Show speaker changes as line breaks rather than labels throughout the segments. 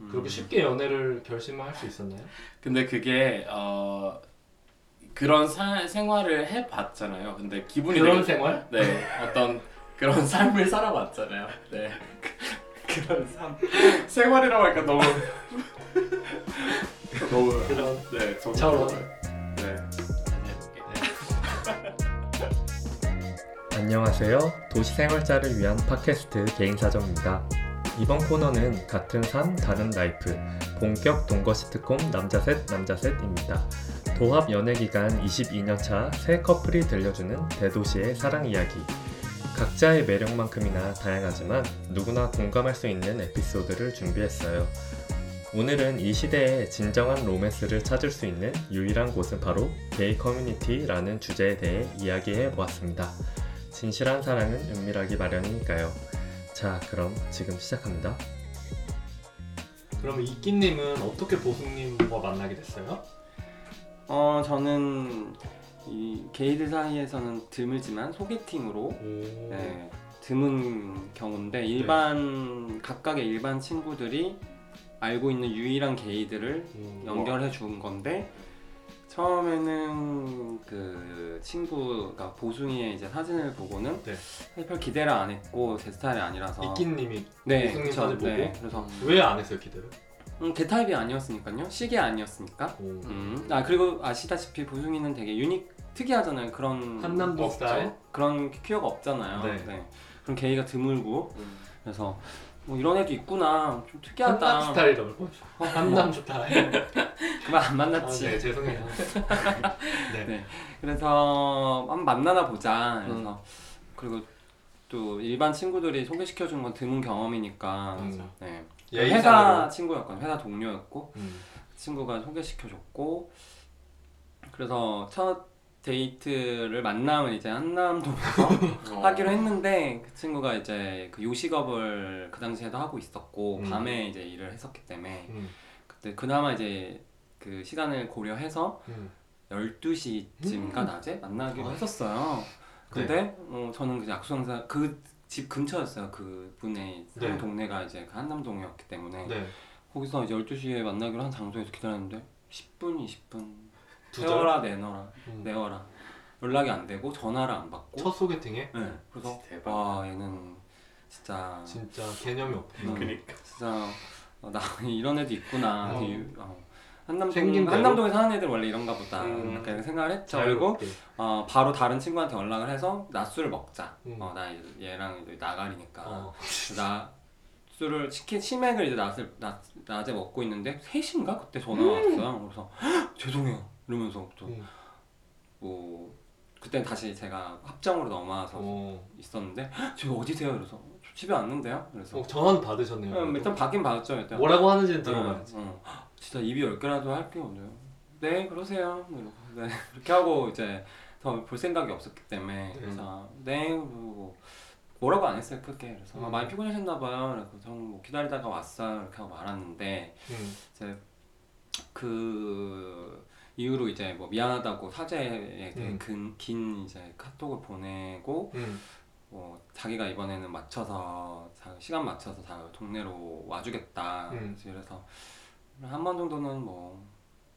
음.
그렇게 쉽게 연애를 결심을 할 수 있었나요?
근데 그게 어 그런 사, 생활을 해봤잖아요. 근데 기분이
그런
되게-
생활?
네 어떤 그런 삶을 살아봤잖아요. 네 그런 삶 생활이라고 하니까 너무 너무
그런
네 정말
차원.
네 해볼게.
네. 안녕하세요. 도시생활자를 위한 팟캐스트 개인사정입니다. 이번 코너는 같은 삶 다른 라이프 본격 동거 시트콤 남자셋 남자셋입니다. 도합 연애 기간 22년차 새 커플이 들려주는 대도시의 사랑 이야기. 각자의 매력만큼이나 다양하지만 누구나 공감할 수 있는 에피소드를 준비했어요. 오늘은 이 시대에 진정한 로맨스를 찾을 수 있는 유일한 곳은 바로 게이 커뮤니티라는 주제에 대해 이야기해 보았습니다. 진실한 사랑은 은밀하기 마련이니까요. 자, 그럼 지금 시작합니다.
그러면 이끼님은 어떻게 보승님과 만나게 됐어요?
어 저는 이 게이들 사이에서는 드물지만 소개팅으로
오.
네, 드문
네.
경우인데 일반 각각의 일반 친구들이 알고 있는 유일한 게이들을
음.
연결해 준 건데 처음에는 그 친구가 보숭이의 이제 사진을 보고는
네.
사실 별 기대를 안 했고 제 스타일이 아니라서
이끼님이
네,
보승님
그쵸,
사진 보고?
네, 그래서
왜 안 했어요 기대를?
음, 개 타입이 아니었으니까요 시계 아니었으니까
오.
음, 아 그리고 아시다시피 보숭이는 되게 유닉 특이하잖아요. 그런
한남동
없죠?
스타일?
그런 퀴어가 없잖아요.
네.
네. 그런 게이가 드물고
음.
그래서 뭐 이런 애도 있구나 좀 특이하다.
한남 스타일이라고 뻔했어
어,
한남 스타일
그만 안 만났지.
아, 네 죄송해요 네.
네. 그래서 한번 만나나 보자. 그래서
음.
그리고 또 일반 친구들이 소개시켜 준 건 드문 경험이니까.
음.
네. 회사
예의상으로
친구였거든. 회사 동료였고
음.
그 친구가 소개시켜 줬고 그래서 첫 데이트를 만나면 이제 한남동에서
어.
하기로 했는데 그 친구가 이제 그 요식업을 그 당시에도 하고 있었고
음.
밤에 이제 일을 했었기 때문에
음.
그때 그나마 이제 그 시간을 고려해서
음.
12시쯤인가 낮에 만나기로
아. 네.
했었어요. 근데 어, 저는 그 약수항사 그 집 근처였어요. 그 분의 사는
네.
동네가 이제 그 한남동이었기 때문에
네.
거기서 이제 12시에 만나기로 한 장소에서 기다렸는데 10분, 20분
두 절?
세워라 내놔라
음.
내어라 연락이 안 되고 전화를 안 받고
첫 소개팅에
네. 그래서
대박.
와 얘는 진짜
진짜 개념이 없구나
음.
그니까
진짜 어, 나 이런 애도 있구나.
어.
되게 유- 어. 한남동
생긴 대로.
한남동에 사는 애들 원래 이런가 보다.
음.
이렇게 생각을 했죠. 그리고
자유롭게.
어, 바로 다른 친구한테 연락을 해서 낮술을 먹자.
음.
어, 나 얘- 얘랑 이제 나가리니까
어.
나 술을 치킨 치맥을 이제 낮을 낮, 낮에 먹고 있는데 3시인가 그때 전화 왔어요. 그래서 "헉, 죄송해요. 이러면서
음.
또뭐 그때 다시 제가 합정으로 넘어와서
어.
있었는데 "헉, 저 어디세요? 이래서 저 집에 왔는데요. 그래서
어, 전화는 받으셨네요
음,
그래도.
일단 받긴 받았죠. 일단
뭐라고 하는지는 들어봐요
어, 어. 진짜 입이 열 개라도 할게 오늘. 네 그러세요. 이러고 네 그렇게 하고 이제 더 볼 생각이 없었기 때문에
네.
그래서 네 그러고 뭐라고 안 했어요 크게 그래서 아,
음.
많이 피곤하셨나 봐요. 그래서 전뭐 기다리다가 왔어요 이렇게 하고 말았는데
음.
이제 그 이후로 이제 뭐 미안하다고 사죄에 되게
음.
긴, 긴 이제 카톡을 보내고
음.
뭐 자기가 이번에는 맞춰서 자- 시간 맞춰서 다 동네로 와주겠다
음.
그래서 한 번 정도는 뭐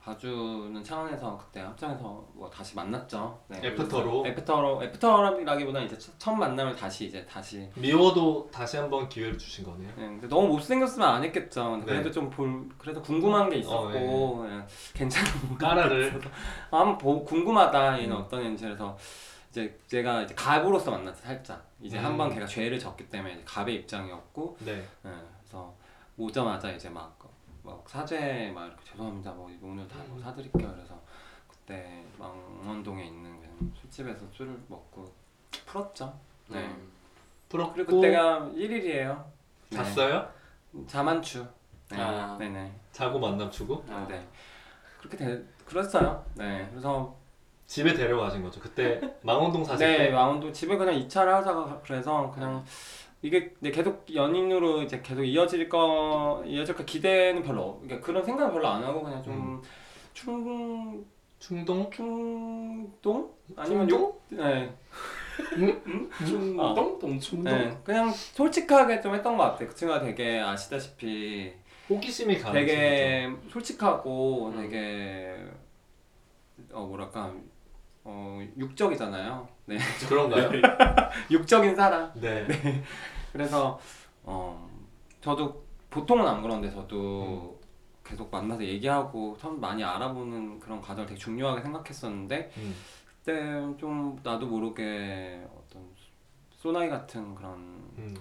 봐주는 차원에서 그때 합정에서 뭐 다시 만났죠 네,
애프터로?
그래서 애프터로 애프터라기보다 이제 첫, 첫 만남을 다시 이제 다시
미워도 다시 한번 기회를 주신 거네요
네, 근데 너무 못생겼으면 안 했겠죠 근데
네.
그래도 좀 볼 그래도 궁금한 게
어,
있었고 예, 괜찮은
까라를
아, 한번 보고 궁금하다 얘는
음.
어떤 애인지 그래서 이제 제가 이제 갑으로서 만났죠 살짝 이제
음.
한번 걔가 죄를 졌기 때문에 이제 갑의 입장이었고
네.
예, 그래서 오자마자 이제 막, 막 사죄 막 이렇게 죄송합니다 뭐 이거 오늘 다뭐 사드릴게요 그래서 그때 망원동에 있는 그냥 술집에서 술을 먹고 풀었죠 네
풀었고
아, 그리고 그때가 네. 1일이에요
잤어요?
자만추 네.
아.
네네
자고 만남추고
아, 네 그렇게 되, 그랬어요 네 그래서
집에 데려가신 거죠 그때 망원동 사실
네,
때
마운드 집에 그냥 이차를 하다가 그래서 그냥 이게 이제 계속 연인으로 이제 계속 이어질 거 이어질까 기대는 별로 없- 그러니까 그런 생각은 별로 안 하고 그냥
음.
좀 충,
충동?
충동 아니면
충동?
욕 네,
충동 동충동 아.
네 그냥 솔직하게 좀 했던 것 같아 그 친구가 되게 아시다시피
호기심이 가는
되게 솔직하고
음.
되게 어 뭐랄까 어 육적이잖아요. 네
친구죠. 그런가요?
육적인 사람.
네.
그래서 어 저도 보통은 안 그런데 저도 계속 만나서 얘기하고 참 많이 알아보는 그런 과정을 되게 중요하게 생각했었는데
음.
그때 좀 나도 모르게 어떤 소나이 같은 그런
음.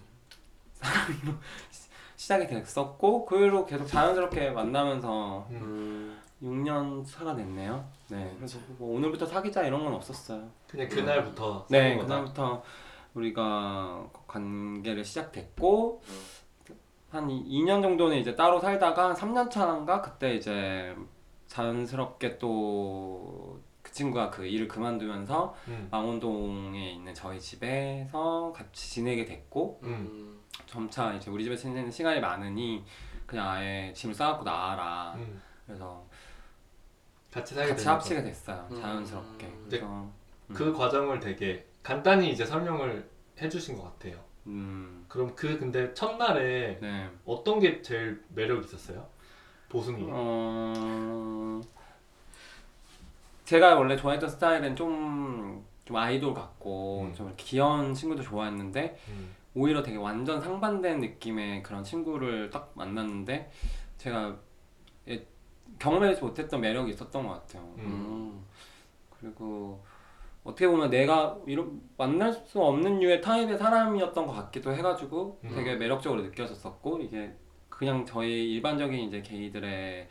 시작이 됐었고 그 후로 계속 자연스럽게 만나면서
음.
6년 살아냈네요. 네. 그래서 뭐 오늘부터 사귀자 이런 건 없었어요.
그냥 그날부터
네.
사귄 거다.
그다음부터 우리가 관계를 시작됐고 한 2년 정도는 이제 따로 살다가 한 3년 차인가 그때 이제 자연스럽게 또 그 친구가 그 일을 그만두면서
음.
망원동에 있는 저희 집에서 같이 지내게 됐고
음.
점차 이제 우리 집에 지내는 시간이 많으니 그냥 아예 짐을 싸갖고 나와라.
음.
그래서
같이 살게
같이
되면서
합치게 됐어요.
음.
자연스럽게.
네.
그래서
그 과정을 되게 간단히 이제 설명을 해주신 것 같아요.
음,
그럼 그 근데 첫날에
네.
어떤 게 제일 매력 있었어요? 보승이.
어, 제가 원래 좋아했던 스타일은 좀, 좀 아이돌 같고
음.
좀 귀여운 친구도 좋아했는데
음.
오히려 되게 완전 상반된 느낌의 그런 친구를 딱 만났는데 제가 예, 경험해보지 못했던 매력이 있었던 것 같아요.
음.
음. 그리고 어떻게 보면 내가 이런 만날 수 없는 류의 타입의 사람이었던 것 같기도 해가지고
음.
되게 매력적으로 느껴졌었고 이게 그냥 저희 일반적인 이제 게이들의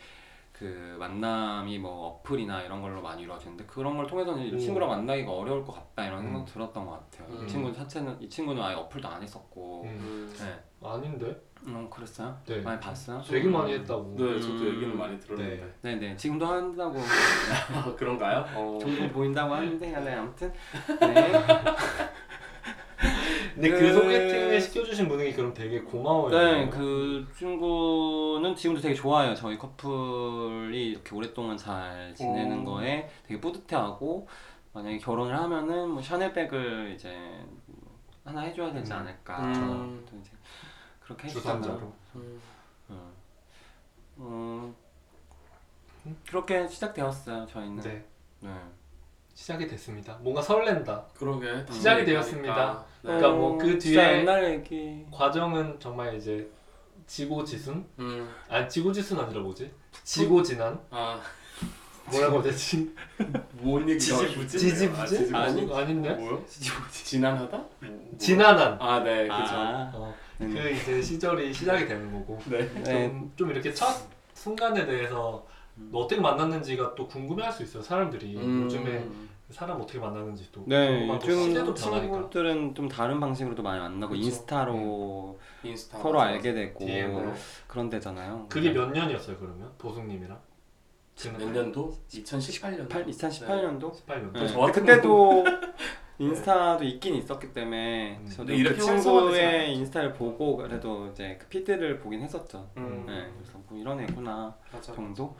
그 만남이 뭐 어플이나 이런 걸로 많이 이루어지는데 그런 걸 통해서는 이
오.
친구랑 만나기가 어려울 것 같다 이런
음.
생각 들었던 것 같아요.
음.
이 친구 자체는 이 친구는 아예 어플도 안 했었고
음.
네.
아닌데?
음, 그랬어요?
네.
많이 봤어요?
되게 많이 했다고.
네,
음.
저도 얘기는 많이 들었는데.
네.
네네 지금도 한다고
아, 그런가요? 어.
종종 보인다고 하는데 네, 아무튼 네.
근데 그,
그-
소개팅을 시켜주신 분이 그럼 되게 고마워요.
네, 그 친구는 지금도 되게 좋아해요. 저희 커플이 이렇게 오랫동안 잘 지내는
오.
거에 되게 뿌듯해하고 만약에 결혼을 하면은 뭐 샤넬백을 이제 하나 해줘야 되지
음.
않을까.
음.
또 이제 그렇게 했어요.
주상자로.
음.
음. 음, 그렇게 시작되었어요. 저희는.
네.
네.
시작이 됐습니다. 뭔가 설렌다.
그러게.
시작이
당연히
되었습니다.
그러니까. 음. 네.
그러니까 뭐그
진짜
뒤에-
옛날 얘기.
과정은 정말 이제 지고지순?
음.
아 지고지순 아니라 뭐지? 지고지난?
아,
뭐라고 하지? 지-
뭔 얘기가
지지부지? 지지부지?
아, 니
아니 아닌데?
뭐요? 지난하다? 뭐-
지난한.
아, 네, 그죠.
아,
어,
음.
그 이제 시절이 시작이 되는 거고.
네.
네.
좀, 좀 이렇게 첫 순간에 대해서
음.
뭐 어떻게 만났는지가 또 궁금해할 수 있어요. 사람들이
음.
요즘에 사람 어떻게 만나는지 또
네,
궁금하고
요즘
시대도 변하니까
친구들은 좀 다른 방식으로도 많이 만나고
그쵸. 네.
인스타로
인스타.
서로 알게 되고
DM으로
그런 데잖아요.
그게 몇 년이었어요 그러면 보승님이랑
네. 몇 년도? 2018년.
그러니까 2018년도?
18년.
네. 저 같은
그때도 인스타도 있긴 있었기 때문에
음.
저도
근데 이렇게
그
활성화되진 않았죠.
친구의 인스타를 보고 그래도 이제 그 피드를 보긴 했었죠.
음.
네, 그래서 뭐 이런 애구나
맞아. 음.
정도.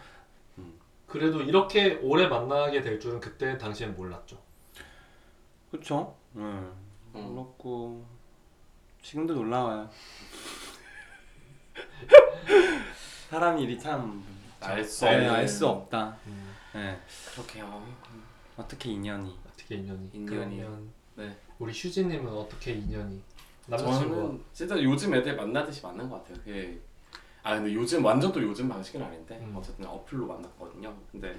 그래도 이렇게 오래 만나게 될 줄은 그때 당시엔 몰랐죠.
그렇죠. 네.
음.
놀랐고 지금도 놀라워요. 사람 일이 참
알수
네, 알수 없다.
음,
네.
그렇게요.
어떻게 인연이?
어떻게 인연이?
인연이요.
그러면
네.
우리 휴지님은 어떻게 인연이? 남자친구와.
저는 진짜 요즘 애들 만나듯이 만난 것 같아요. 그게 아 근데 요즘 완전 또 요즘 방식은 아닌데
음.
어쨌든 어플로 만났거든요. 근데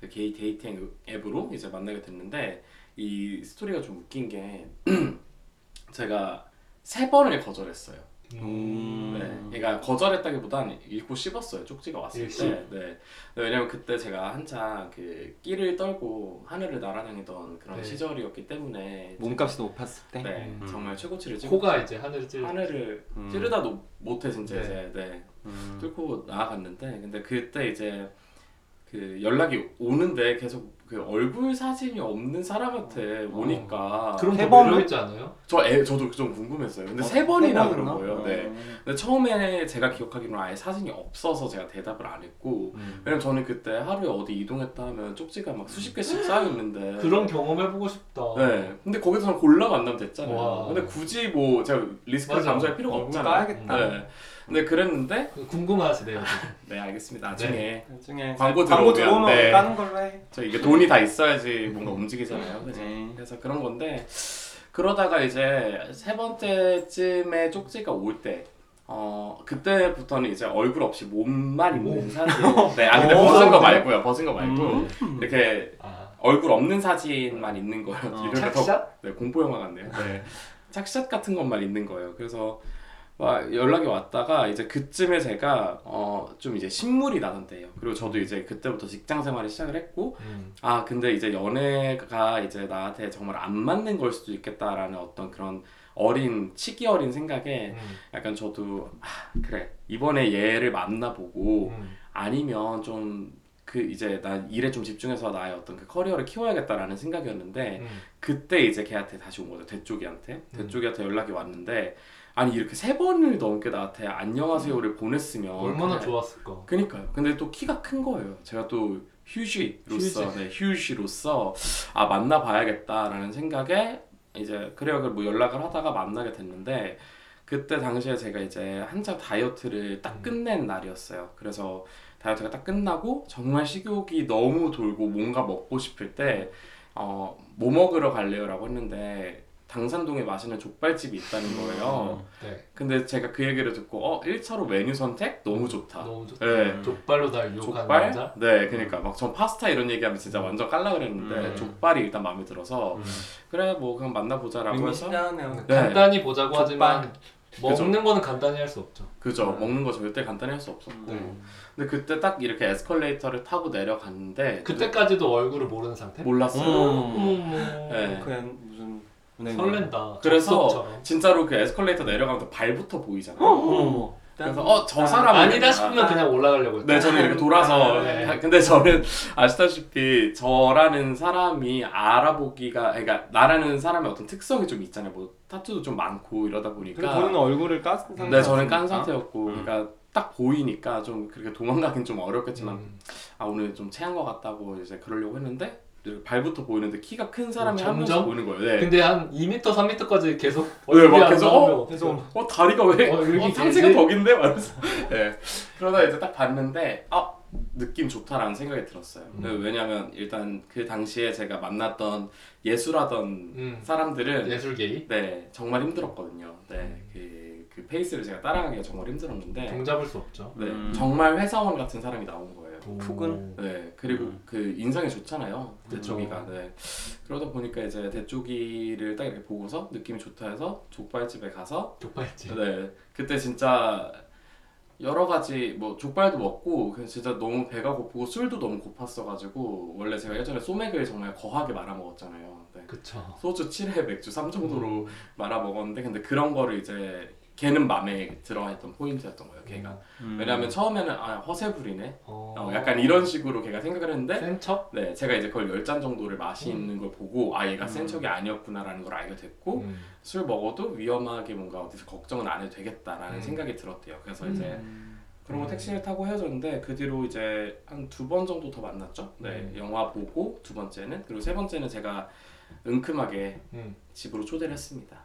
그 게이 데이팅 앱으로 이제 만나게 됐는데 이 스토리가 좀 웃긴 게 제가 세 번을 거절했어요.
음.
네, 그러니까 거절했다기보단 읽고 씹었어요. 쪽지가 왔을
읽씹?
때. 네. 네, 왜냐면 그때 제가 한창 그 끼를 떨고 하늘을 날아다니던 그런
네.
시절이었기 때문에
몸값이 높았을 때.
네,
음.
정말 최고치를 찍고
코가 이제 하늘을 찔.
하늘을
음.
찌르다도 못해 진짜
네.
이제 네,
음.
뚫고 나아갔는데 근데 그때 이제 그 연락이 오는데 계속 그 얼굴 사진이 없는 사람한테 오니까
어. 그럼
세
더
번은-
매력있지 않아요?
저 애, 저도 좀 궁금했어요. 근데
어,
세 번이나
세
뭐 그런
번이나?
거예요.
어.
네. 근데 처음에 제가 기억하기로는 아예 사진이 없어서 제가 대답을 안 했고
음.
왜냐면 저는 그때 하루에 어디 이동했다 하면 쪽지가 막 수십 개씩 쌓여 있는데
그런 경험 해보고 싶다.
네 근데 거기서 저는 골라 만나면 됐잖아요
와.
근데 굳이 뭐 제가 리스크를
맞아.
감수할 필요가
얼굴
없잖아요
까야겠다.
네. 근데 그랬는데
궁금하시네요.
네 알겠습니다. 나중에
나중에
광고
광고
들어오면,
들어오면
네.
까는 걸로 해.
저 이게 돈이 다 있어야지 뭔가 움직이잖아요. 그래서,
네.
그래서 그런 건데 그러다가 이제 세 번째쯤에 쪽지가 올 때. 어 그때부터는 이제 얼굴 없이 몸만 있는 사진. 네, 아 근데
오.
벗은 거 말고요. 벗은 거 말고
음.
이렇게
아,
얼굴 없는 사진만 있는 거예요.
어,
이러니까 더-
착샷?
네, 공포 영화 같네요. 네. 착샷 같은 것만 있는 거예요. 그래서 막 연락이 왔다가 이제 그쯤에 제가 어, 좀 이제 신물이 나던 때예요. 그리고 저도 이제 그때부터 직장 생활을 시작을 했고
음.
아 근데 이제 연애가 이제 나한테 정말 안 맞는 걸 수도 있겠다라는 어떤 그런 어린 치기 어린 생각에
음.
약간 저도 아, 그래 이번에 얘를 만나보고
음.
아니면 좀 그 이제 난 일에 좀 집중해서 나의 어떤 그 커리어를 키워야겠다라는 생각이었는데
음.
그때 이제 걔한테 다시 온 거죠. 대쪽이한테. 대쪽이한테 연락이 왔는데 아니 이렇게 세 번을 넘게 나한테 안녕하세요를 보냈으면
얼마나
그냥-
좋았을까.
그니까요. 근데 또 키가 큰 거예요. 제가 또 휴지로서
휴지.
네, 휴지로서 아 만나봐야겠다라는 생각에 이제 그래요. 그뭐 연락을 하다가 만나게 됐는데 그때 당시에 제가 이제 한창 다이어트를 딱
음.
끝낸 날이었어요. 그래서 다이어트가 딱 끝나고 정말 식욕이 너무 돌고 뭔가 먹고 싶을 때어뭐 먹으러 갈래요라고 했는데 당산동에 맛있는 족발집이 있다는 거예요.
음.
네,
근데 제가 그 얘기를 듣고 어 1차로 메뉴 선택 너무 좋다.
너무 좋다.
네.
족발로 날 욕한
족발?
남자.
네, 그러니까 막 전 파스타 이런 얘기하면 진짜 완전 깔라 그랬는데
음.
족발이 일단 마음에 들어서
음.
그래 뭐 그냥 만나보자라고
이미
해서
신나네요.
네.
간단히 보자고 하지만
그죠.
먹는 거는 간단히 할 수 없죠.
그죠
음.
먹는 거 절대 간단히 할 수 없었고
네.
음.
근데 그때 딱 이렇게 에스컬레이터를 타고 내려갔는데
그때까지도 얼굴을 모르는 상태?
몰랐어요.
음.
네.
그냥 무슨 은행
설렌다.
그래서
접속처럼.
진짜로 그 에스컬레이터 내려가면 또 발부터 보이잖아요.
어머.
그래서 어 저
딴-
사람
아니다 싶으면 그냥 올라가려고 했다.
네, 저는 이렇게 돌아서.
네.
근데 저는 아시다시피 저라는 사람이 알아보기가, 그러니까 나라는 사람의 어떤 특성이 좀 있잖아요. 뭐 타투도 좀 많고 이러다
그리고
보니까.
본인 얼굴을 깐 상태.
네, 저는 깐 상태였고,
음.
그러니까 딱 보이니까 좀 그렇게 도망가긴 좀 어렵겠지만,
음.
아 오늘 좀 체한 것 같다고 이제 그러려고 했는데 이렇게 발부터 보이는데 키가 큰 사람이
음,
한 명씩
점점?
보이는 거예요. 네.
근데 한 2m, 3m까지 계속
막
안
계속
나오면 어떡해요?
어?
아, 계속
어 다리가 왜?
어,
어,
이렇게
상체가
길지?
덕인데? 말면서 네. 그러다 이제 딱 봤는데 아 느낌 좋다라는 생각이 들었어요.
음.
네, 왜냐면 일단 그 당시에 제가 만났던 예술하던
음.
사람들은
예술 음. 게이
네 정말 힘들었거든요. 네, 그, 그 페이스를 제가 따라가기가 정말 힘들었는데
종잡을 수 없죠.
네,
음.
정말 회사원 같은 사람이 나온 거예요.
푸근.
네 그리고
음.
그 인상이 좋잖아요 대쪽이가
음.
네 그러다 보니까 이제 대쪽이를 딱 이렇게 보고서 느낌이 좋다 해서 족발집에 가서
족발집.
네 그때 진짜 여러 가지 뭐 족발도 먹고 그냥 진짜 너무 배가 고프고 술도 너무 고팠어가지고 원래 제가 예전에 소맥을 정말 거하게 말아 먹었잖아요 네.
그쵸.
소주 7회 맥주 3 정도로 말아 먹었는데 근데 그런 거를 이제 걔는 마음에 들어했던 포인트였던 거예요 걔가 왜냐하면 처음에는 아 허세 부리네
어,
어, 약간 이런 식으로 걔가 생각을 했는데
센 척?
네, 제가 이제 거의 열잔 정도를 마시는 걸 보고 아 얘가 센 척이 아니었구나라는 걸 알게 됐고
음.
술 먹어도 위험하게 뭔가 어디서 걱정은 안 해도 되겠다라는
음.
생각이 들었대요. 그래서
음.
네.
이제 그러고 택시를 타고 헤어졌는데 그 뒤로 이제 한 두 번 정도 더 만났죠. 네,
음.
영화 보고 두 번째는 그리고 세 번째는 제가 은큼하게
음.
집으로 초대를 했습니다.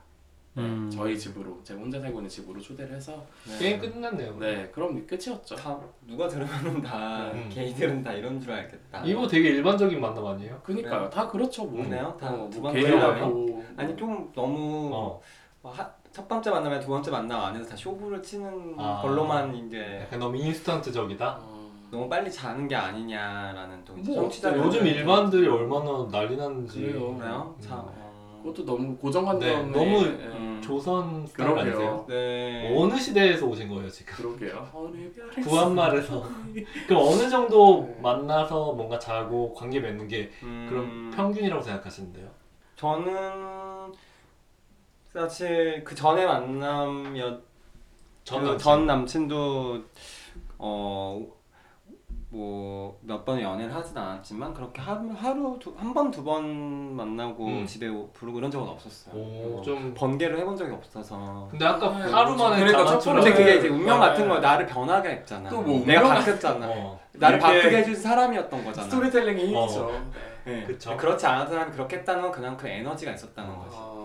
네,
음.
저희 집으로 제가 혼자 살고 있는 집으로 초대를 해서
게임 끝났네요.
네 그럼 끝이었죠.
다 누가 들으면 다
음.
게이들은 다 이런 줄 알겠다.
이거 되게 일반적인 만남 아니에요?
그니까요, 다 그렇죠 뭐.
그래요? 다
어,
두
뭐
번째라고요?
개인하고
아니 좀 너무
어.
뭐 하, 첫 번째 만남에 두 번째 만남 안에서 다 쇼부를 치는
아.
걸로만 이제
약간 너무 인스턴트적이다.
어,
너무 빨리 자는 게 아니냐라는 또 이제
뭐,
정치자
요즘 일반들이 얼마나 난리 나는지.
그래요.
네. 그래요? 자,
음.
어.
그것도 너무 고정관념에
네, 너무-
예.
음.
조선 스타일
그러게요.
아니세요?
네.
어느 시대에서 오신 거예요 지금?
그러게요.
구한말에서 그럼 어느 정도 만나서 뭔가 자고 관계 맺는 게
음,
그럼 평균이라고 생각하시는데요?
저는 사실 그 전에 만남이었
전
그
남친.
전 남친도 어뭐몇 번의 연애를 하진 않았지만 그렇게 하루 하루 한 번 두 번 만나고
음.
집에 오- 부르고 이런 적은 없었어요.
오,
어,
좀
번개를 해본 적이 없어서.
근데 아까
네,
하루 만에
그러니까
자만
첫
줄
번째
알았어요.
그게 이제 운명
네.
같은 거야. 나를 변하게 했잖아.
또뭐
내가
운명
바뀌었잖아.
어.
나를
이렇게
바꾸게 해준 사람이었던 거잖아.
스토리텔링이
어.
힘이죠.
네.
그쵸.
그렇지 않은 사람이 그렇게 했다는 건 그냥 그 에너지가 있었다는 거지.
어.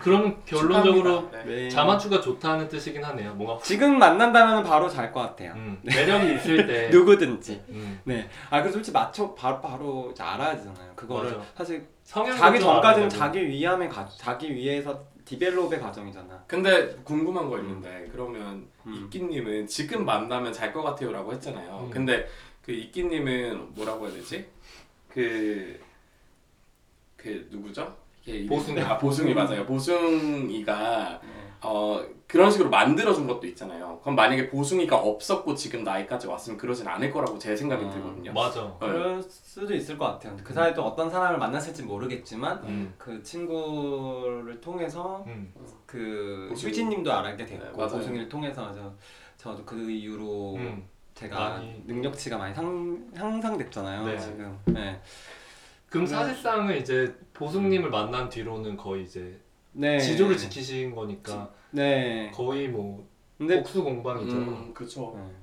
그럼 결론적으로
축하합니다. 아. 네.
네.
자만추가 좋다는 뜻이긴 하네요. 뭔가
지금 만난다면 바로 잘 것 같아요.
음, 네. 매력이 있을 때
누구든지.
음,
네. 아 그래서 솔직히 맞춰 바로 바로 이제 알아야 되잖아요. 그거를
맞아.
사실
성향도
자기
좀 알아야
전까지는
되고.
자기 위함의 가, 자기 위에서 디벨롭의 과정이잖아.
근데 궁금한 거 있는데 그러면
음.
이끼님은 지금 만나면 잘 것 같아요라고 했잖아요.
음.
근데 그 이끼님은 뭐라고 해야 되지? 그... 그 누구죠? 이게 이름이-
보승이. 음.
아, 보승이 맞아요. 보승이가
네.
어 그런 식으로 만들어준 것도 있잖아요. 그럼 만약에 보승이가 없었고 지금 나이까지 왔으면 그러진 않을 거라고 제 생각이
아,
들거든요.
음. 맞아.
그럴 수도 있을 것 같아요. 근데 그 사이에 또 어떤 사람을 만났을지 모르겠지만
음,
그 친구를 통해서
음,
그
고승.
휴진님도 알게
네,
됐고
맞아요.
고승이를 통해서 저, 저도 그 이후로
음.
제가
많이-
능력치가 많이 상, 향상됐잖아요
네.
지금 네.
그럼 사실상은 이제 보승님을 만난 뒤로는 거의 이제
음. 네.
지조를 지키신 거니까
네
거의 뭐
근데
복수 공방이죠.
음, 그렇죠.
네.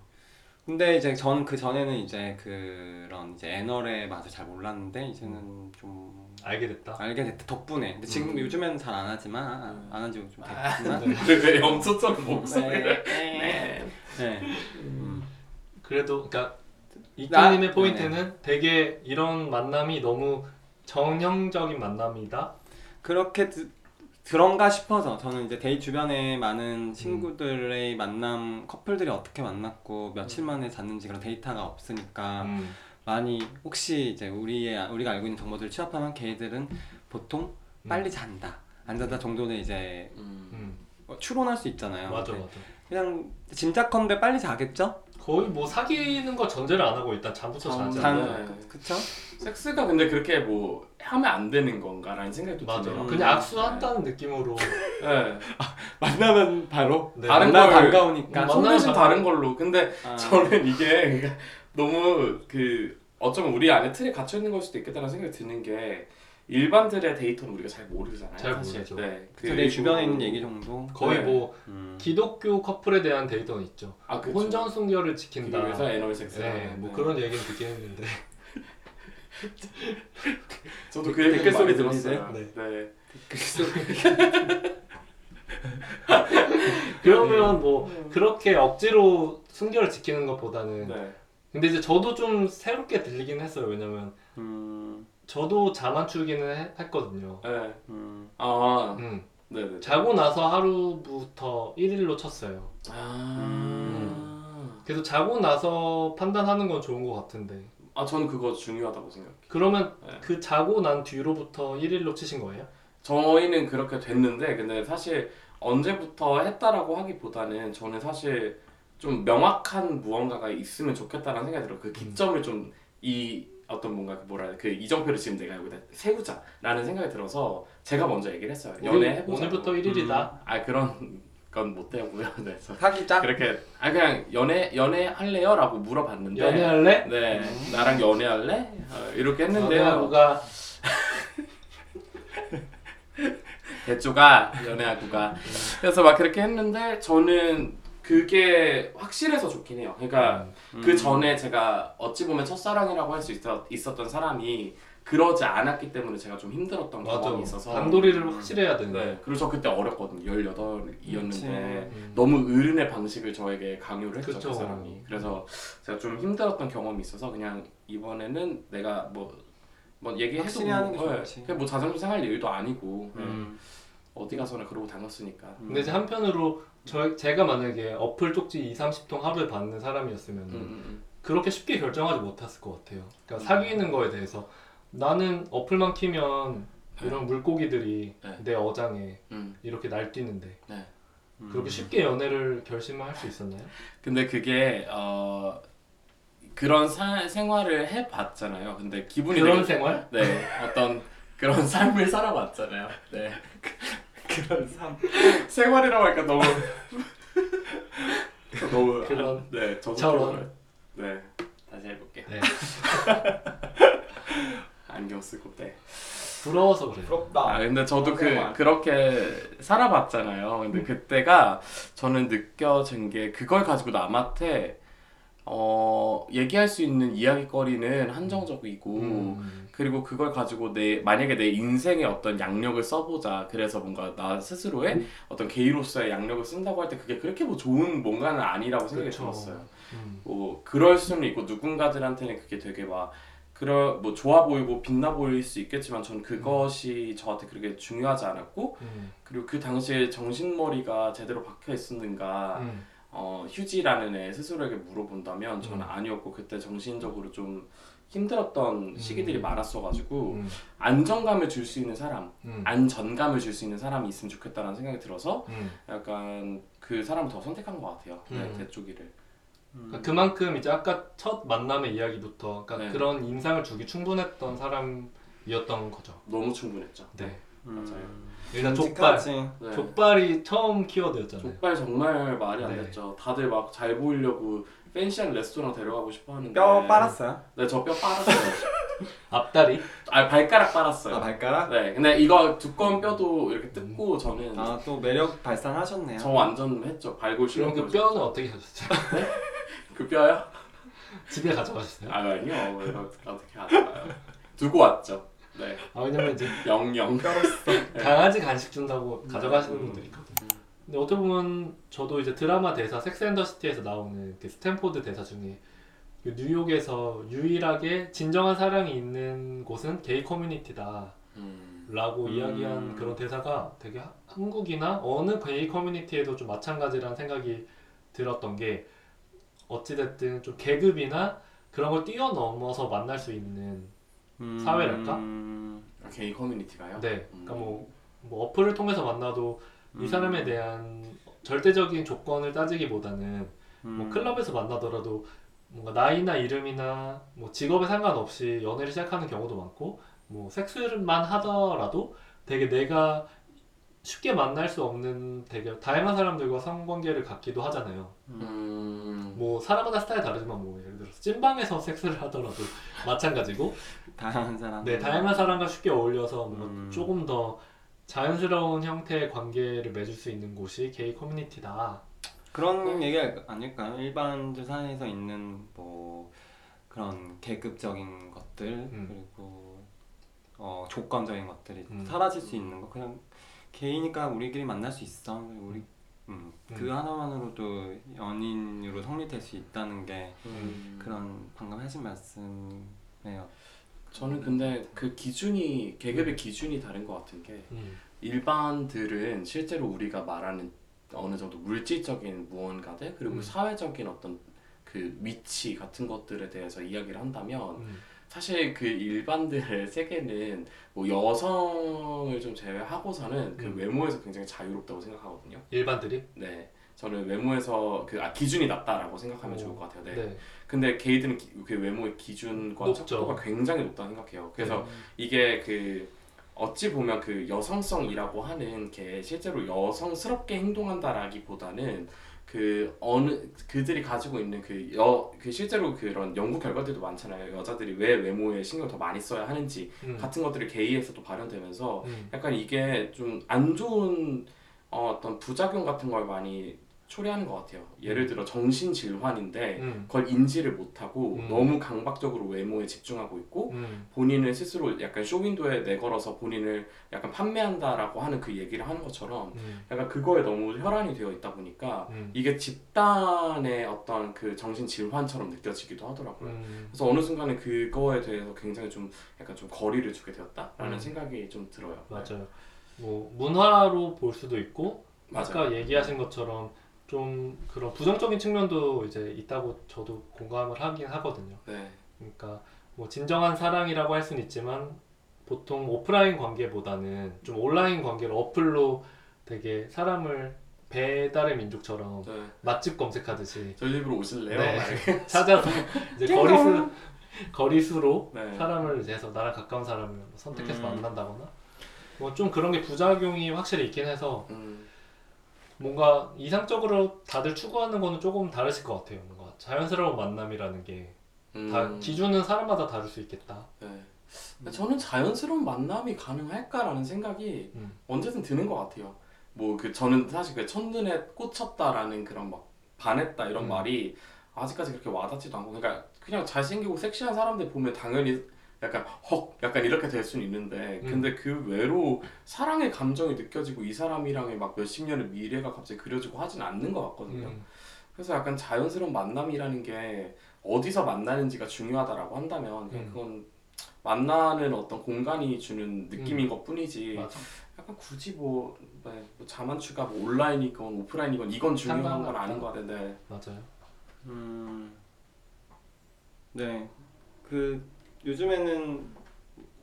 근데 이제 전 그 전에는 이제 그런 이제 애널의 맛을 잘 몰랐는데 이제는 좀
알게 됐다.
알게 됐다 덕분에 근데 지금
음.
요즘에는 잘 안 하지만 아,
음.
안 한 지 좀 됐지만
네.
왜 염소처럼 목소리를?
네. 네. 음.
그래도 그러니까
나- 네.
이끼님의 포인트는 되게 이런 만남이 너무 정형적인 만남이다.
그렇게 드, 그런가 싶어서 저는 이제 데이 주변에 많은 친구들의 만남 커플들이 어떻게 만났고 며칠 만에 잤는지 그런 데이터가 없으니까
음.
많이 혹시 이제 우리의 우리가 알고 있는 정보들을 취합하면 걔들은 보통
음.
빨리 잔다 안 잔다 정도는 이제
음.
음.
어, 추론할 수 있잖아요.
맞아
근데
맞아.
그냥 짐작컨대 빨리 자겠죠?
거의 뭐 사귀는 거 전제를 안 하고 일단 잠부터
잠,
자잖아.
잠.
잔
네.
그쵸?
섹스가 근데 그렇게 뭐 하면 안 되는 건가라는 생각도
맞아.
드네요.
음.
그냥 악수한다는 느낌으로
예.
만나면 바로
네.
다른
만나
걸-
반가우니까
음,
손 대신
만나면
다른 걸로. 근데
아,
저는 이게 그러니까 너무 그 어쩌면 우리 안에 틀에 갇혀 있는 걸 수도 있겠다는 생각이 드는 게 일반들의 데이터는 우리가 잘 모르잖아요.
잘
사실.
모르죠.
네.
그쵸, 내 주변에 있는 얘기 정도
거의
네.
뭐
음.
기독교 커플에 대한 데이터는 있죠.
아, 그쵸.
혼전 순결을
그게
지킨다.
그래서 애널 섹스.
네, 뭐 그런 얘기는 듣긴 했는데.
저도 그 얘기
댓글
많이
소리
들었어요.
들리세요?
네.
그러면 뭐 그렇게 억지로 순결을 지키는 것보다는
네.
근데 이제 저도 좀 새롭게 들리긴 했어요. 왜냐면
음,
저도 자만추기는 해- 했거든요.
네.
음.
아.
음.
네, 네.
자고 나서 하루부터 1일로 쳤어요.
아.
음.
그래서 자고 나서 판단하는 건 좋은 것 같은데.
아, 저는 그거 중요하다고 생각해요.
그러면
네.
그 자고 난 뒤로부터 1일로 치신 거예요?
저희는 그렇게 됐는데 근데 사실 언제부터 했다라고 하기보다는 저는 사실 좀 명확한 무언가가 있으면 좋겠다라는 생각이
음.
들어요. 그 기점을 좀 이 어떤 뭔가 그 뭐라 해야 돼? 그 이정표를 지금 내가 여기다 세우자라는 생각이 들어서 제가 먼저 얘기를 했어요. 연애
우리
해보자.
오늘부터 1일이다.
아 그런 건 못 되고요. 그래서
사귀자
그렇게 아 그냥 연애 연애 할래요라고 물어봤는데
음. 연애할래? 음.
네 나랑 연애할래 어, 이렇게 했는데요.
연애하고가
대조가 연애하고가 그래서 막 그렇게 했는데 저는 그게 확실해서 좋긴 해요. 그러니까
음.
그 전에 제가 어찌 보면 첫사랑이라고 할 수 있었던 사람이 그러지 않았기 때문에 제가 좀 힘들었던
맞아
경험이 있어서
단도리를 확실히 해야 되는데
네. 그리고 저 그때 어렸거든요. 18이었는데
음.
너무 어른의 방식을 저에게 강요를 했죠 그
그쵸.
사람이. 그래서 제가 좀 힘들었던 경험이 있어서 그냥 이번에는 내가 뭐 뭐 얘기해도
확실히 하는 게
뭐, 예,
좋지.
그냥 뭐 자존심 상할 일도 아니고 예.
음.
어디 가서나 그러고 다녔으니까.
근데 이제 한편으로 저 제가 만약에 어플 쪽지 2, 30통 하루에 받는 사람이었으면
음, 음,
그렇게 쉽게 결정하지 못했을 것 같아요. 그러니까 사귀는 거에 대해서 나는 어플만 키면 이런 물고기들이
네.
내 어장에
음, 음.
이렇게 날뛰는데
네.
그렇게 쉽게 연애를 결심을 할 수 있었나요?
근데 그게 어 그런 사, 생활을 해봤잖아요. 근데 기분이
그런
되게
생활?
네 어떤 그런 삶을 살아봤잖아요. 네
그런 삶
생활이라고 하니까 너무 너무
그런
네 저도
저런.
그걸- 네 다시 해볼게요.
네.
안경 쓰고 네.
부러워서 그래요.
부럽다
아 근데 저도 그
생활.
그렇게
음.
살아봤잖아요. 근데 그때가 저는 느껴진 게 그걸 가지고 남한테 어, 얘기할 수 있는 이야기거리는 한정적이고
음.
그리고 그걸 가지고 내 만약에 내 인생의 어떤 양력을 써보자 그래서 뭔가 나
음.
스스로의 어떤 게이로서의 양력을 쓴다고 할 때 그게 그렇게 뭐 좋은 뭔가는 아니라고 생각이
그쵸.
들었어요.
음.
뭐 그럴 수는 있고 누군가들한테는 그게 되게 막 그럴 뭐 좋아 보이고 빛나 보일 수 있겠지만 전 그것이 저한테 그렇게 중요하지 않았고
음.
그리고 그 당시에 정신머리가 제대로 박혀 있었는가
음.
어, 휴지라는 애 스스로에게 물어본다면 저는
음.
아니었고 그때 정신적으로 좀 힘들었던 시기들이
음.
많았어가지고
음.
안정감을 줄 수 있는 사람,
음.
안전감을 줄 수 있는 사람이 있으면 좋겠다라는 생각이 들어서
음.
약간 그 사람을 더 선택한 것 같아요. 네,
음.
대쪽이를.
그러니까 그만큼 이제 아까 첫 만남의 이야기부터 그러니까
네.
그런 인상을 주기 충분했던 사람이었던 거죠.
너무 충분했죠.
네.
맞아요.
일단 족발.
네.
족발이 처음 키워드였잖아요.
족발 정말 말이 안
네.
됐죠. 다들 막 잘 보이려고 팬시한 레스토랑 데려가고 싶어 하는데
뼈 빨았어요?
네, 저 뼈 빨았어요.
앞다리.
아 발가락 빨았어요.
아 발가락?
네, 근데 이거 두꺼운 뼈도 이렇게 뜯고 저는
아 또 매력 발산하셨네요.
저 완전 했죠. 발골 실험.
그럼 그 뼈는 어떻게 하셨어요?
그 뼈요?
집에 가져가셨어요?
아 아니요. 이거 어떻게 알아요? 두고 왔죠. 네,
아 왜냐면 이제
영영.
강아지 간식 준다고 가져가시는
네. 음.
분들이 있거든요. 근데 어떻게 보면 저도 이제 드라마 대사 섹스앤더시티에서 나오는 그 스탠포드 대사 중에 그 뉴욕에서 유일하게 진정한 사랑이 있는 곳은 게이 커뮤니티다
음,
라고
음.
이야기한 그런 대사가 되게 하- 한국이나 어느 게이 커뮤니티에도 좀 마찬가지라는 생각이 들었던 게 어찌됐든 좀 계급이나 그런 걸 뛰어넘어서 만날 수 있는
음.
사회랄까?
음.
게이 커뮤니티가요?
네 그러니까 뭐, 뭐 어플을 통해서 만나도 이 사람에 대한 절대적인 조건을 따지기보다는
음.
뭐 클럽에서 만나더라도 뭔가 나이나 이름이나 뭐 직업에 상관없이 연애를 시작하는 경우도 많고 뭐 섹스만 하더라도 되게 내가 쉽게 만날 수 없는 되게 다양한 사람들과 성관계를 갖기도 하잖아요.
음,
뭐 사람마다 스타일이 다르지만 뭐 예를 들어서 찐방에서 섹스를 하더라도 마찬가지고
다양한 사람.
아.
네, 다양한 사람과 쉽게 어울려서 뭔가
음.
조금 더 자연스러운 형태의 관계를 맺을 수 있는 곳이 게이 커뮤니티다.
그런 얘기 아닐까요? 일반 사회에서 있는 뭐 그런 계급적인 것들
음.
그리고 어, 조건적인 것들이
음.
사라질 수 있는 거 그냥 개이니까 우리끼리 만날 수 있어 그리고 우리 음, 그 하나만으로도 연인으로 성립될 수 있다는 게
음,
그런 방금 하신 말씀에요.
저는 근데 그 기준이 계급의 기준이 다른 것 같은 게
음.
일반들은 실제로 우리가 말하는 어느 정도 물질적인 무언가들 그리고
음.
사회적인 어떤 그 위치 같은 것들에 대해서 이야기를 한다면
음.
사실 그 일반들의 세계는 뭐 여성을 좀 제외하고서는 그
음.
외모에서 굉장히 자유롭다고 생각하거든요.
일반들이?
네, 저는 외모에서 그 아, 기준이 낮다라고 생각하면
오.
좋을 것 같아요. 네.
네.
근데 게이들은 기, 그 외모의 기준과
높죠.
척도가 굉장히 높다고 생각해요. 그래서 이게 그 어찌 보면 그 여성성이라고 하는 게 실제로 여성스럽게 행동한다라기보다는 그 어느 그들이 가지고 있는 그 여 그 실제로 그런 연구 결과들도 많잖아요. 여자들이 왜 외모에 신경 을더 많이 써야 하는지
음.
같은 것들이 게이에서도 발현되면서
음.
약간 이게 좀 안 좋은 어, 떤 부작용 같은 걸 많이 초래하는 것 같아요. 예를 들어 정신 질환인데
음.
그걸 인지를 못하고
음.
너무 강박적으로 외모에 집중하고 있고
음.
본인을 스스로 약간 쇼윈도에 내걸어서 본인을 약간 판매한다라고 하는 그 얘기를 하는 것처럼
음.
약간 그거에 너무 혈안이 되어 있다 보니까
음.
이게 집단의 어떤 그 정신 질환처럼 느껴지기도 하더라고요.
음.
그래서 어느 순간에 그거에 대해서 굉장히 좀 약간 좀 거리를 두게 되었다라는
음.
생각이 좀 들어요. 네.
맞아요. 뭐 문화로 볼 수도 있고
맞아요.
아까 얘기하신 것처럼 좀 그런 부정적인 측면도 이제 있다고 저도 공감을 하긴 하거든요.
네.
그러니까 뭐 진정한 사랑이라고 할 수는 있지만 보통 오프라인 관계보다는 좀 온라인 관계를 어플로 되게 사람을 배달의 민족처럼
네.
맛집 검색하듯이
저희 집으로 오실래요?
네.
네.
찾아서 이제 거리수 거리수로
네.
사람을 이제 해서 나랑 가까운 사람을 뭐 선택해서
음.
만난다거나 뭐 좀 그런 게 부작용이 확실히 있긴 해서
음,
뭔가 이상적으로 다들 추구하는 거는 조금 다르실 것 같아요. 뭔가 자연스러운 만남이라는 게 다
음.
기준은 사람마다 다를 수 있겠다.
네.
음.
근데 저는 자연스러운 만남이 가능할까라는 생각이
음.
언제든 드는 것 같아요. 뭐 그 저는 사실 그 첫눈에 꽂혔다라는 그런 막 반했다 이런
음.
말이 아직까지 그렇게 와닿지도 않고 그러니까 그냥 잘생기고 섹시한 사람들 보면 당연히 약간 헉 약간 이렇게 될 수는 있는데
음.
근데 그 외로 사랑의 감정이 느껴지고 이 사람이랑의 막 몇십 년의 미래가 갑자기 그려지고 하진 않는 것 같거든요.
음.
그래서 약간 자연스러운 만남이라는 게 어디서 만나는지가 중요하다라고 한다면 그냥
음.
그건 만나는 어떤 공간이 주는 느낌인 것
예.
뿐이지
음. 맞아.
약간 굳이 뭐, 네, 뭐 자만추가 뭐 온라인이건 오프라인이건 이건 중요한 건
상관없다.
아닌 것 같은데
맞아요.
음, 네. 그 요즘에는